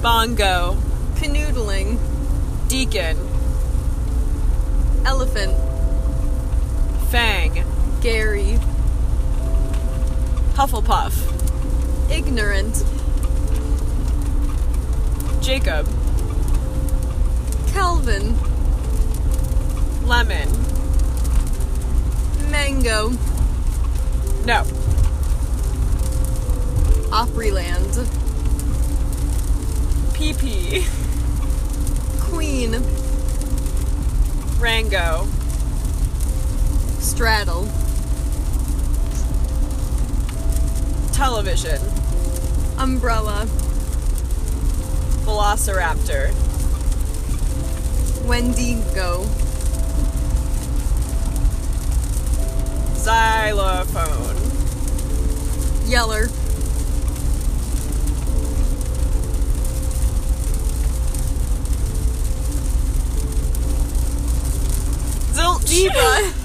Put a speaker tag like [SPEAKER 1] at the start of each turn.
[SPEAKER 1] bongo,
[SPEAKER 2] Canoodling.
[SPEAKER 1] deacon,
[SPEAKER 2] Elephant.
[SPEAKER 1] fang,
[SPEAKER 2] Gary.
[SPEAKER 1] Hufflepuff,
[SPEAKER 2] Ignorant.
[SPEAKER 1] Jacob,
[SPEAKER 2] Calvin.
[SPEAKER 1] lemon.
[SPEAKER 2] Mango.
[SPEAKER 1] No,
[SPEAKER 2] Opryland.
[SPEAKER 1] pee pee,
[SPEAKER 2] Queen.
[SPEAKER 1] Rango,
[SPEAKER 2] Straddle.
[SPEAKER 1] television,
[SPEAKER 2] Umbrella.
[SPEAKER 1] velociraptor,
[SPEAKER 2] Wendigo.
[SPEAKER 1] xylophone,
[SPEAKER 2] Yeller.
[SPEAKER 1] zilch.
[SPEAKER 2] Zebra.